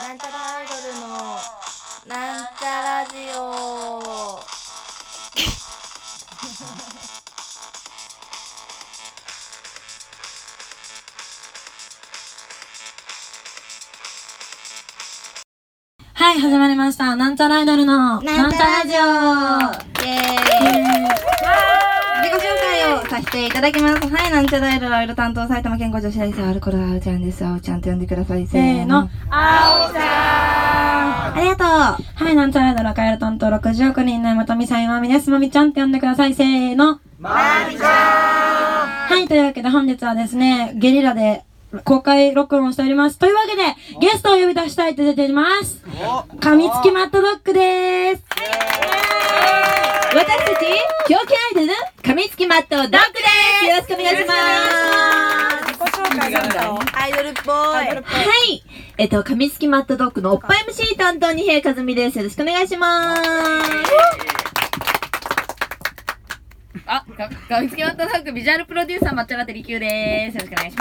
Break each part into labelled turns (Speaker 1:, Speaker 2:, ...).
Speaker 1: なんちゃらアイドルのなんちゃラジオ
Speaker 2: はい、始まりました。なんちゃらアイドルの、なんちゃラジオ
Speaker 1: イエーイ
Speaker 2: 自己紹介をさせていただきます。はい、なんちゃらアイドルアイドル担当、埼玉県ご女子大生、アルコラアルちゃんです。あおちゃんと呼んでください。せーの。あおちゃんありがとう
Speaker 3: はい、なんちゃらアイドル赤色担当60億人の山富さんまみです。まみちゃんって呼んでください。せーの。まみちゃんはい、というわけで本日はですね、ゲリラで公開録音をしております。というわけで、ゲストを呼び出したいと出ています。噛みつきマットドッグでーす。
Speaker 2: 私たち、狂気アイドルの、噛みつきマットドッグですよろしくお願いします
Speaker 1: アイドルっぽい
Speaker 2: はい。えっと、噛みつきマットドッグのおっぱい MC 担当、二平和美です。よろしくお願いします。
Speaker 4: あ、が、がみつきワットダックビジュアルプロデューサー抹茶ラテリキューです。よろしくお願いし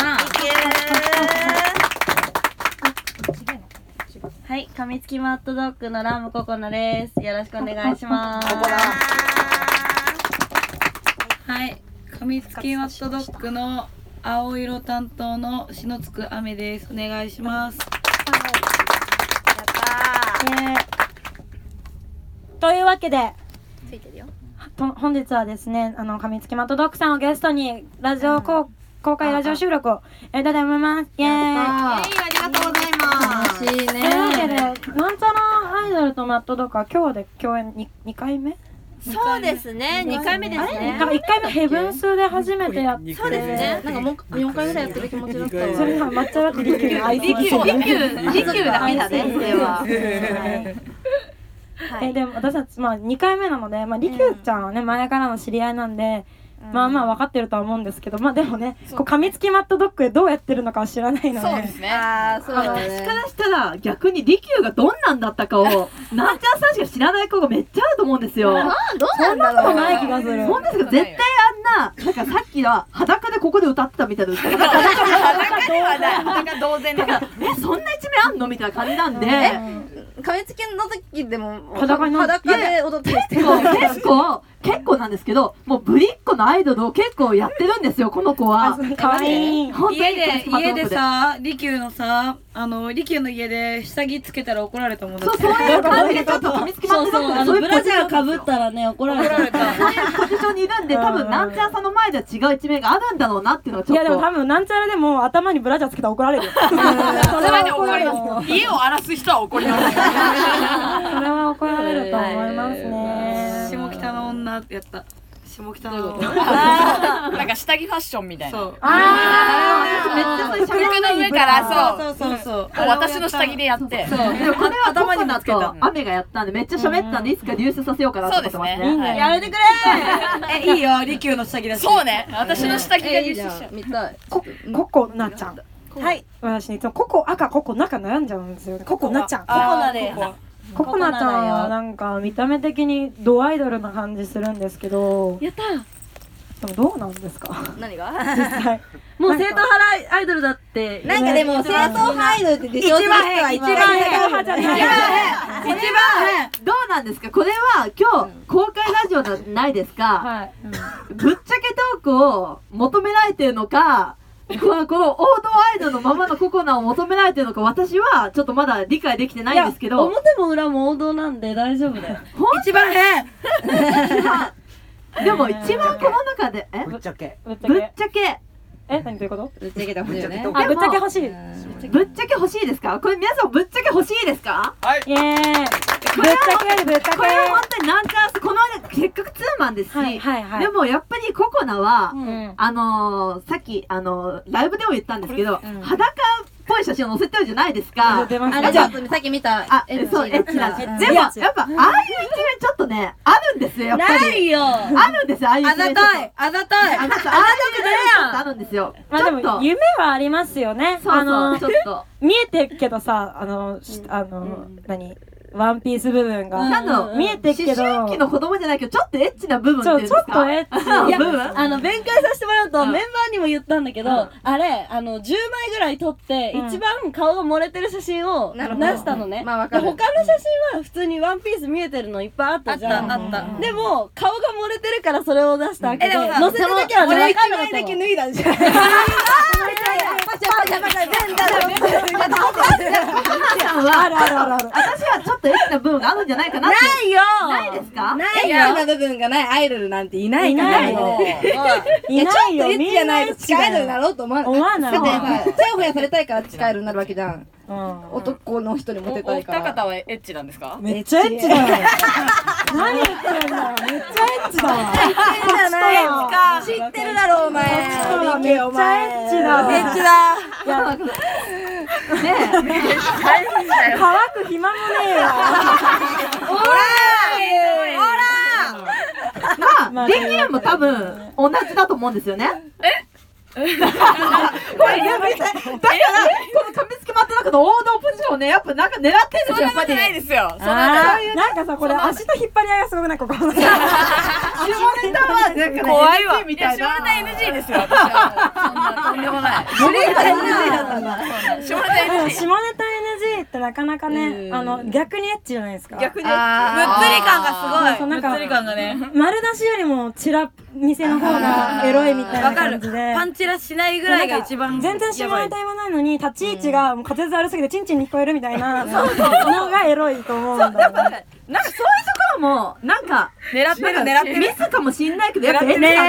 Speaker 4: ます。
Speaker 3: はい、噛みつきマットドッグのラムココナです。よろしくお願いします。
Speaker 5: はい、噛みつきマットドッグの青色担当の篠つくあめです。お願いします。
Speaker 3: というわけで、
Speaker 1: ついてるよ
Speaker 3: と本日はですねあの噛みつきマットドッグさんをゲストにラジオ公,、公開ラジオ収録をやりたいと思いますイエーイ
Speaker 2: ありがとうございます。楽しい
Speaker 3: というわけでなんちゃらアイドルとマットドッグは今日で共演 2, 二回目
Speaker 1: そうですね二回目です
Speaker 3: あれ
Speaker 1: ね
Speaker 3: なんか1回目ヘブンスで初めてやって
Speaker 1: そうですねなんかもう4回ぐらいやってる気持ちだったわ
Speaker 3: それは抹茶ラテリキューのアイス
Speaker 4: リキュー、リキュー、リキューだけだね。
Speaker 1: 先生は
Speaker 3: えでも私たちまあ2回目なので、まあ、リキューちゃんはね、前からの知り合いなんで、まあまあ分かってるとは思うんですけどまあでもねこう噛みつきマットドッグでどうやってるのかは知らないので
Speaker 4: そうですね。
Speaker 1: あーそうだ
Speaker 2: 私
Speaker 1: ね
Speaker 2: からしたら逆に利休がどんなんだったかをなんちゃんさんしか知らない子がめっちゃあると思うんです
Speaker 1: ど
Speaker 2: よ。
Speaker 1: うなんだ
Speaker 3: そ
Speaker 1: ろう
Speaker 3: んなことない気がする
Speaker 2: そんですけど絶対あんななんかさっきは裸でここで歌ってたみたいな歌
Speaker 4: 裸ではない。裸同然だから。
Speaker 2: えそんな一面あんのみたいな感じなんで
Speaker 1: 噛みつきの時でも
Speaker 3: 裸になっ
Speaker 1: 裸で踊ってる
Speaker 2: 結構結構結構なんですけどもうぶりっ子のアイドルを結構やってるんですよこの子は。
Speaker 3: かわいい
Speaker 2: 本当に
Speaker 5: 家で、
Speaker 2: クリスマス
Speaker 5: 家
Speaker 2: の
Speaker 5: で
Speaker 2: 子
Speaker 5: さ、利休のさ、あの、利休の家で下着つけたら怒られたもんだ
Speaker 2: そ
Speaker 5: っ
Speaker 2: う
Speaker 5: て。
Speaker 2: そういう感じでちょっと噛みつきまってたんですよそういうポジション
Speaker 6: かぶったらね、怒られ
Speaker 5: 怒られた。
Speaker 2: そういうポジションにいるんで多分なんちゃんさんの前では違う一面があるんだろうなっていうのはち
Speaker 3: い
Speaker 2: ょっ
Speaker 3: や
Speaker 2: と
Speaker 3: でも多分なんちゃらでも頭にブラジャーつけたら怒られるそれ
Speaker 4: それはね、怒られ
Speaker 3: は
Speaker 4: ます。家を荒らす人は怒ります。
Speaker 3: それは怒られると思いますね、
Speaker 5: 下北の女やった。下北の女。
Speaker 4: なんか下着ファッションみたいな。
Speaker 5: そう。
Speaker 2: あーめっちゃ
Speaker 4: 服の上から、そう。
Speaker 5: そうそうそう。
Speaker 4: こう私の下着でやって。そう
Speaker 2: でもこれは頭になっ
Speaker 5: けた
Speaker 2: と雨がやったんでめっちゃ喋ったんでいつか流出させようかなと思っ
Speaker 4: で
Speaker 2: て
Speaker 4: す
Speaker 2: ますね。
Speaker 4: ね。はい
Speaker 5: やめてくれえ、いいよ、利休の下着だし。
Speaker 4: そうね。私の下着が優勝しちゃう。
Speaker 1: 見たい
Speaker 3: こココナちゃん
Speaker 1: はい
Speaker 3: 私いつもココ赤ココナか悩んじゃうんですよねココナちゃん
Speaker 5: あー。
Speaker 6: ココナで
Speaker 5: ココ
Speaker 3: ココナちゃんはなんか見た目的にドアイドルな感じするんですけどやったでもどうなんですか
Speaker 1: 何が
Speaker 3: 実際
Speaker 6: もう正統派アイドルだって。
Speaker 1: なんかでも正統派アイドルって自称する人は一番
Speaker 3: 派じゃない
Speaker 2: 一番どうなんですかこれは今日公開ラジオじゃないですか、
Speaker 6: はい。
Speaker 2: ぶっちゃけトークを求められてるのかこのこの王道アイドルのままのココナを求められてるのか私はちょっとまだ理解できてないんですけど
Speaker 6: 表も裏も王道なんで大丈夫だよ。
Speaker 5: 一番変
Speaker 2: でも一番この中でえぶ
Speaker 7: ぶっちゃけ。
Speaker 3: ぶっちゃけ
Speaker 2: っちゃけ
Speaker 3: え何どういうこと
Speaker 1: ぶっちゃけたもんだよね
Speaker 3: あ
Speaker 2: で
Speaker 3: ぶ
Speaker 2: も
Speaker 3: っちゃけ欲しいイ
Speaker 2: ぶっちゃけ欲しいですかこれ皆さんぶっちゃけ欲しいですか
Speaker 3: エーイぶっちゃけよりぶっちゃけ
Speaker 2: これは本当になんちゃんこのせっかくツーマンですし、
Speaker 3: はいはいはい
Speaker 2: でもやっぱりココナは、
Speaker 3: うん
Speaker 2: あのー、さっき、あのー、ライブでも言ったんですけど、裸っぽい写真を載せてるじゃないですか。
Speaker 3: 出ます
Speaker 1: あ
Speaker 3: ね
Speaker 1: れちょっとさっき見た
Speaker 2: あ、
Speaker 1: エッチ
Speaker 2: そう、エッチなんです。でも、
Speaker 3: エ
Speaker 2: や
Speaker 3: ッ
Speaker 2: っ
Speaker 3: チ
Speaker 2: ぱ、ああいう一面ちょっとね、あるんですよ、やっぱり。
Speaker 6: いよ。
Speaker 2: あるんですよ、ああいう一面ちょっと。
Speaker 5: あざとい
Speaker 2: あなんかああいう一面ちょっとあるんですよ。
Speaker 3: まあでも
Speaker 2: ちょっと
Speaker 3: 夢はありますよね
Speaker 2: そうそう、
Speaker 3: あの
Speaker 2: ちょっと。
Speaker 3: 見えてるけどさあのしあの何ワンピース部分
Speaker 6: うん
Speaker 3: が。
Speaker 2: なんだろう
Speaker 3: 見えてるけど、
Speaker 2: 思春期の子供じゃないけど、ちょっとエッチな部分ってい
Speaker 3: そ
Speaker 2: うん
Speaker 3: う、
Speaker 2: で
Speaker 3: ち
Speaker 2: す
Speaker 3: ょ
Speaker 2: か
Speaker 3: っとえ、
Speaker 2: あ部分
Speaker 6: あの、弁解させてもらうと、
Speaker 2: うん
Speaker 6: メンバーにも言ったんだけど、
Speaker 2: うん
Speaker 6: あれ、あの、10枚ぐらい撮って、
Speaker 3: うん
Speaker 6: 一番顔が漏れてる写真を出
Speaker 1: なるほど
Speaker 6: したのね。
Speaker 1: まあわかる
Speaker 6: で他の写真は普通にワンピース見えてるのいっぱいあったじゃん。
Speaker 5: あったあった
Speaker 6: でも、顔が漏れてるからそれを出したわけ
Speaker 5: え
Speaker 6: で、
Speaker 5: でもさ
Speaker 6: 載せるだけはね、わかんなかったの。
Speaker 1: 脱いだんじゃん。パチャパチャパチャ
Speaker 2: 母さんは、私はちょっとエッチな部分があるんじゃないかなって。
Speaker 6: ないよ
Speaker 2: ないですか
Speaker 1: エッチな部分がないアイドルなんていないから
Speaker 3: いないよ
Speaker 1: い
Speaker 3: い
Speaker 1: やち
Speaker 3: な
Speaker 1: ょっ
Speaker 3: い
Speaker 1: と
Speaker 3: よ、
Speaker 1: エッ
Speaker 3: み
Speaker 1: チじゃ
Speaker 3: んな
Speaker 1: な
Speaker 3: エッ
Speaker 1: いと
Speaker 3: チ
Speaker 1: 近いアイドルに
Speaker 3: だ
Speaker 1: な
Speaker 3: よ。
Speaker 1: ろうと思わない
Speaker 3: 思わない
Speaker 1: だってさちやほやされたいから近いアイドルになるわけじゃん
Speaker 3: うん
Speaker 1: 男の人にモテた
Speaker 4: お
Speaker 1: いか
Speaker 4: 二
Speaker 1: ら
Speaker 4: 方はエッチなんですか
Speaker 3: めっちゃエッチだよ。何言ってんだよ、めっちゃエッチだわ。
Speaker 1: 知ってるだろお前
Speaker 3: めっちゃエッチだわ。
Speaker 1: エッチだ
Speaker 3: 乾く暇もねえよ。
Speaker 2: まあ、できるも多分、同じだと思うんですよね。えこれやめて。だから、この髪付きマットの中の王道ポジションをね、やっぱなんか狙ってんですよ、やっぱり。
Speaker 4: ないですよそんな
Speaker 3: あーなんかさ、これ足の引っ張り合いがすごくないここ。
Speaker 2: 下ネタは、なんかね、
Speaker 4: 怖いわ
Speaker 2: NG みたいな。
Speaker 4: いや下ネタ NG ですよ私はもうそんなとんでもない
Speaker 2: 下ネタ NG だったんだ。
Speaker 4: 下ネタ
Speaker 3: でも
Speaker 4: NG
Speaker 3: 下ネタ NG ってなかなかね、あの、逆にエッチじゃないですか。逆に。
Speaker 1: あ
Speaker 5: 釣り感がす
Speaker 3: そうなんか
Speaker 5: 釣り感がね。
Speaker 3: 丸出しよりもチラ見せの方がエロいみたいな感じで。
Speaker 5: パンチラしないぐらいが一番
Speaker 3: 全然下
Speaker 5: やば
Speaker 3: ネ
Speaker 5: い
Speaker 3: タ言わないのに、立ち位置がもう滑舌悪すぎてチンチンに聞こえるみたいなのがエロいと思うんだよね。
Speaker 2: なんかそういうところも、なんか、
Speaker 4: 狙ってる狙ってる
Speaker 2: ミスかもしんないけど、やっぱエッチなんだよ。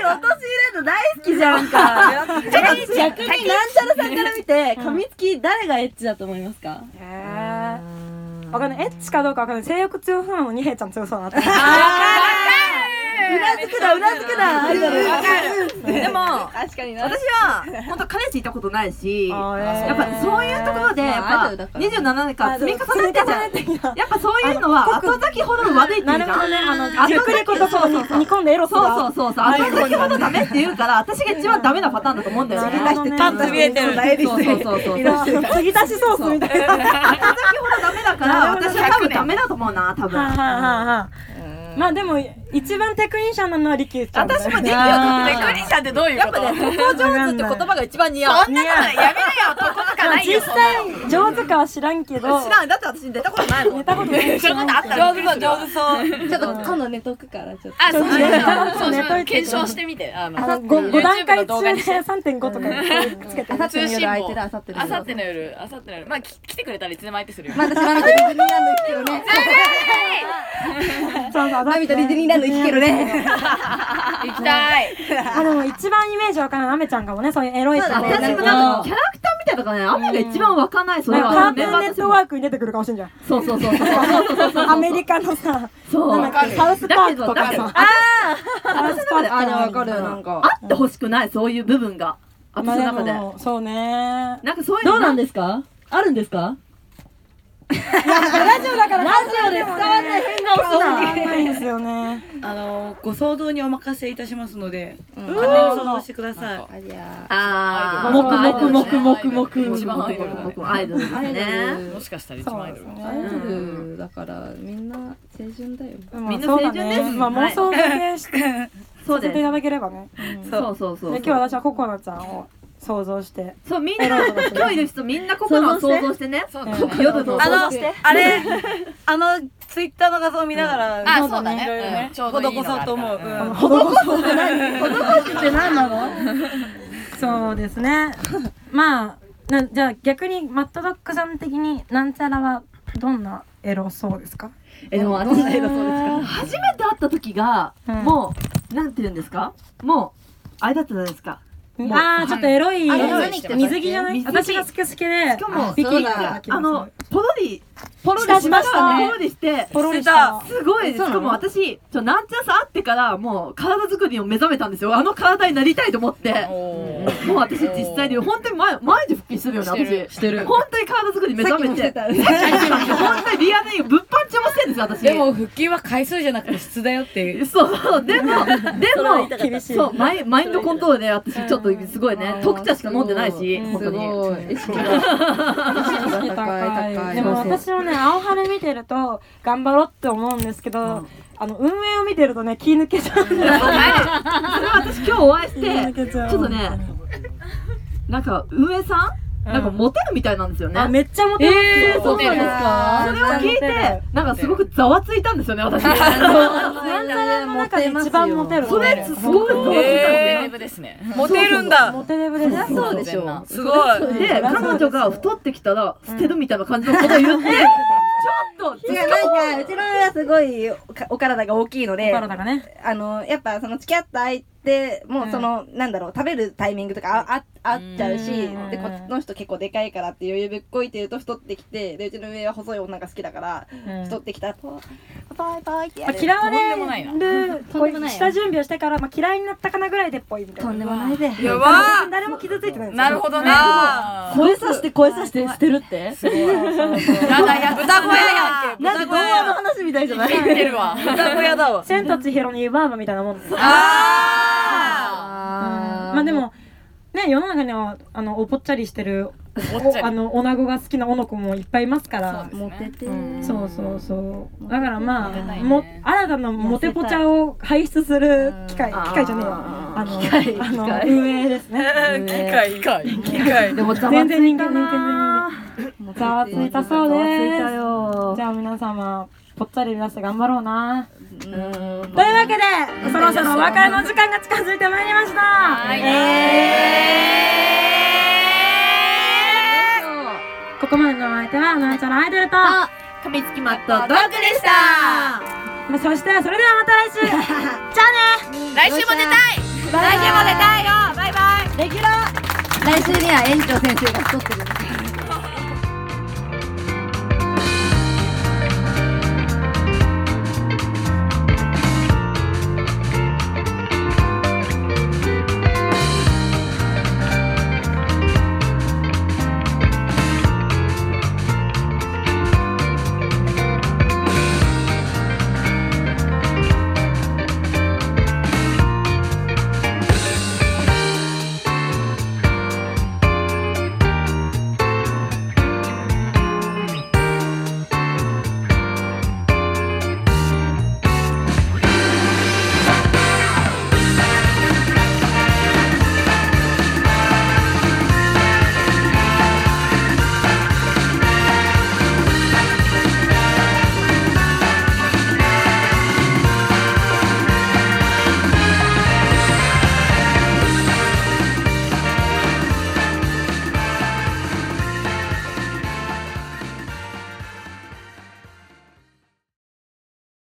Speaker 6: 逆になんちゃらさんから見て、噛みつき誰がエッチだと思いますか
Speaker 3: へーわかんない。エッチかどうかわかんない。性欲強そうなのに、ヘイちゃん強そうだなって。
Speaker 2: うなずくな、うなずくな、アイドル。わかる。でも、確かに私は、本当彼氏いたことないし、
Speaker 3: あー
Speaker 2: やっぱそういうところで、や
Speaker 4: まあアイド
Speaker 2: っ
Speaker 4: ルだ
Speaker 2: ぱ
Speaker 4: から
Speaker 2: 27年間積み重ねてじゃん。
Speaker 3: 積み重ねてきた
Speaker 2: やっぱそういうのは、後先ほど悪いって言うじゃん。
Speaker 3: あの、熟練ことそうそう煮込んでエロ
Speaker 2: そうそううそうそう。後先ほどダメって言うから、私が一番ダメなパターンだと思うんだよね。
Speaker 3: なるほどねパンツ見
Speaker 2: えてる。そうそうそうそう。
Speaker 3: だ。継ぎ足しソースみたいな。
Speaker 2: 先ほどダメだから、私は多分ダメだと思うな、多分。
Speaker 3: まあでも、一番テクニシャンなのはリキューちゃんだよ。
Speaker 4: 私もできよとってクリシャンってどういうことやっぱね
Speaker 3: 上手って言葉
Speaker 2: が一番似合う。
Speaker 4: そんなことないやめなよ男とかないよ
Speaker 3: 実際、上手かは知らんけど、
Speaker 2: 知らん。だって私出たことないもん。
Speaker 3: 寝たことないし。
Speaker 4: そんなことあったの上手そう上手そう
Speaker 1: ちょっと今度寝とくからちょっ
Speaker 4: あ、そう
Speaker 3: ね
Speaker 4: そう
Speaker 3: ね
Speaker 4: そう検証してみてあの
Speaker 3: あの、5, 段階
Speaker 4: YouTube の動画
Speaker 3: 中
Speaker 4: に
Speaker 3: で
Speaker 4: して
Speaker 3: 3.5とかつ けて
Speaker 1: とあさっての夜空いて
Speaker 4: 通
Speaker 1: る
Speaker 4: 信簿
Speaker 1: あさっての
Speaker 4: あ
Speaker 1: 夜
Speaker 4: さっての夜あさっての夜まあき来てくれたらいつでも相手するよ
Speaker 1: まあ私マミとディズニーランド行くけどね
Speaker 3: そうそう、
Speaker 1: マミとディズニーランド行くけどね
Speaker 4: 行きたい
Speaker 3: あ、でも一番イメージわからない、アメちゃんかもね、そういうエロいとこ
Speaker 2: 私もなんかキャラクターみたいなのがね、雨が一番湧かない、それ
Speaker 3: カ
Speaker 2: は。
Speaker 3: ートゥーンネットワークに出てくるかもしれんじゃん。
Speaker 2: そうそうそうそう。
Speaker 3: アメリカのさ、
Speaker 2: そう。
Speaker 3: なんだっけサウスパークとかさ。ああサウスパークとか
Speaker 1: あでもわ
Speaker 3: わ
Speaker 1: かるよなんか
Speaker 2: あってほしくない、そういう部分が。
Speaker 3: ま
Speaker 2: 私
Speaker 3: あで
Speaker 2: の中で。
Speaker 3: も、そうね。
Speaker 2: なんかそういう
Speaker 6: どうなん
Speaker 2: で
Speaker 6: ですかあるんですか
Speaker 3: ラジオだから、ラジオで伝わらない変顔
Speaker 6: すな
Speaker 3: ないんですよね。
Speaker 5: あのご想像にお任せいたしますので、
Speaker 1: うん
Speaker 5: 勝手に想像してください。
Speaker 1: あいや
Speaker 2: ああ。
Speaker 6: もくもくもくもくも
Speaker 2: 一
Speaker 6: く。
Speaker 2: 番アイドルだね僕もアイドルですね。
Speaker 4: もしかしたら一
Speaker 3: そ
Speaker 4: 番ア
Speaker 3: う
Speaker 4: イ
Speaker 3: で
Speaker 4: ド
Speaker 3: す
Speaker 4: ル
Speaker 1: ア
Speaker 3: ね。
Speaker 1: イドルだからみんな青春だよ
Speaker 3: み
Speaker 2: みんな青春です
Speaker 3: まあ妄想だけして
Speaker 2: そう
Speaker 3: てい
Speaker 2: で
Speaker 3: ただければね。
Speaker 2: す。そうそうそう。
Speaker 3: で今日私はココナちゃんを想像して。
Speaker 2: そう、みんな、今日いる人みんなここのを想像してね。
Speaker 4: そう
Speaker 3: だ
Speaker 4: だ
Speaker 3: ね
Speaker 4: ね
Speaker 2: 夜の。
Speaker 5: あの、あれ、あの、ツイッターの画像を見ながら、
Speaker 4: あ、そうだ
Speaker 5: いろいろ
Speaker 4: ね
Speaker 5: ね
Speaker 4: うんちょうどいい
Speaker 5: 施
Speaker 4: のが
Speaker 5: そ
Speaker 4: あ
Speaker 5: う
Speaker 4: る
Speaker 5: と
Speaker 4: か
Speaker 5: 思う。
Speaker 4: ら
Speaker 5: うん
Speaker 6: って何なの
Speaker 3: そうですね。まあ、なじゃあ逆にマットドッグさん的になんちゃらはどんなエロそうですか
Speaker 2: えでも私初めて会った時が、
Speaker 3: うん
Speaker 2: もうなんて言うんですかもうあれだったじゃないですかもう
Speaker 3: ああ、ちょっとエロい。
Speaker 1: あ
Speaker 4: れ
Speaker 3: エロい
Speaker 4: 何着てたっけ
Speaker 3: 水着じゃない
Speaker 2: 水着
Speaker 3: 私が好き好きで。
Speaker 2: しかも
Speaker 3: ビキニ
Speaker 1: そうだ
Speaker 3: が
Speaker 2: あのポロリポロ
Speaker 3: 下しましたね
Speaker 2: ポロリして
Speaker 3: ポロリした。
Speaker 2: すごいしかも私ちょなんちゃさ会ってからもう体作りを目覚めたんですよあの体になりたいと思って
Speaker 4: お
Speaker 2: もう私実際に本当に毎毎日腹筋してるよね
Speaker 4: してる
Speaker 2: 私してる本当に体作り目覚めて
Speaker 1: さっきもしてた
Speaker 2: 本当にリアルに物販注目してるんですよ、私。
Speaker 8: でも腹筋は回数じゃなくて質だよっていう。
Speaker 2: そうそう、でも、で
Speaker 1: それは言いたかった
Speaker 2: も、そう、マイマインドコントロールで、私、ちょっとすごいね、特茶しか飲んでないし、本当
Speaker 8: す
Speaker 2: に。
Speaker 8: ごい。
Speaker 4: 高い高い
Speaker 3: でも私もね、青春見てると頑張ろうって思うんですけど、あの運営を見てるとね、気抜けちゃうんだよ。
Speaker 2: それは私、今日お会いして、
Speaker 3: ちょ
Speaker 2: ちょっとね、なんか、運営さんなんか、モテるみたいなんですよね。
Speaker 3: あ、めっちゃモテますよ。
Speaker 2: えーそうなんです
Speaker 3: か
Speaker 2: それを聞いて、なんかすごくざわついたんですよね、私。
Speaker 3: なんちゃらの中で一番モテる。
Speaker 2: それ、すごいざわついたんですよ。
Speaker 8: ブですね。
Speaker 4: モテるんだ
Speaker 3: モテレベルです。
Speaker 2: そうでしょ。
Speaker 4: すごい
Speaker 2: で、彼女が太ってきたら捨てるみたいな感じのことを言って、ちょっと、
Speaker 1: 違う、なんか、うちの親はすごいおお体が大きいので、
Speaker 3: 体がね。
Speaker 1: あの、やっぱその付き合った相手も、その、なんだろう、食べるタイミングとかあ、あ、あっちゃうし、で、こっちの人結構でかいからって余裕ぶっこいて言うと太ってきて、で、うちの上は細い女が好きだから、太ってきたら、パーパーパーってやる。
Speaker 3: 嫌わ
Speaker 8: とんでもない
Speaker 3: れ
Speaker 8: な
Speaker 3: る、こう下準備をしてから、まあ嫌いになったかなぐらいでっぽいみたいな。
Speaker 1: でもないで。
Speaker 4: やば
Speaker 3: 誰も傷ついてないんですよ。
Speaker 8: なるほどね。
Speaker 4: あ
Speaker 1: 声さして声さして捨てるって
Speaker 8: やだや、
Speaker 4: 豚小屋やんけ
Speaker 1: なんで童話の話みたいじゃない
Speaker 8: 言ってるわ。
Speaker 4: 豚小屋だわ
Speaker 3: 千と千尋の湯婆婆みたいなもんです。
Speaker 4: あ
Speaker 3: まあでも、ね、世の中には、あの、おぽっちゃりしてる、おあの、女子が好きな女の子もいっぱいいますから。
Speaker 1: モテて
Speaker 3: そうそうそう。だから
Speaker 8: モ
Speaker 3: ま
Speaker 8: テた
Speaker 3: あ、
Speaker 8: いね
Speaker 3: も、新たなモテポチャを輩出する機会、機会じゃねえよ。あの、あの、運営ですね。
Speaker 4: ー機械機械機械
Speaker 2: でもざわ
Speaker 3: 全
Speaker 2: つ
Speaker 3: 然人
Speaker 2: い
Speaker 3: 間
Speaker 2: た
Speaker 3: 人間
Speaker 2: な
Speaker 3: 全然。ざわついたそう
Speaker 2: ざわつい
Speaker 3: で
Speaker 2: た
Speaker 3: す。
Speaker 2: よ
Speaker 3: じ。ゃあ皆様、ぽっちゃり目指して頑張ろうな。
Speaker 1: うん
Speaker 3: というわけで、そろそろお別れの時間が近づいてまいりました。ここまでのお相手は、なんちゃらアイドルと、
Speaker 2: 髪つきまったドッグでした
Speaker 3: そして、それではまた来週じゃあね
Speaker 8: 来週も出たい
Speaker 3: 来週も出たいよバイバイ
Speaker 1: 来週には園長先生が太ってる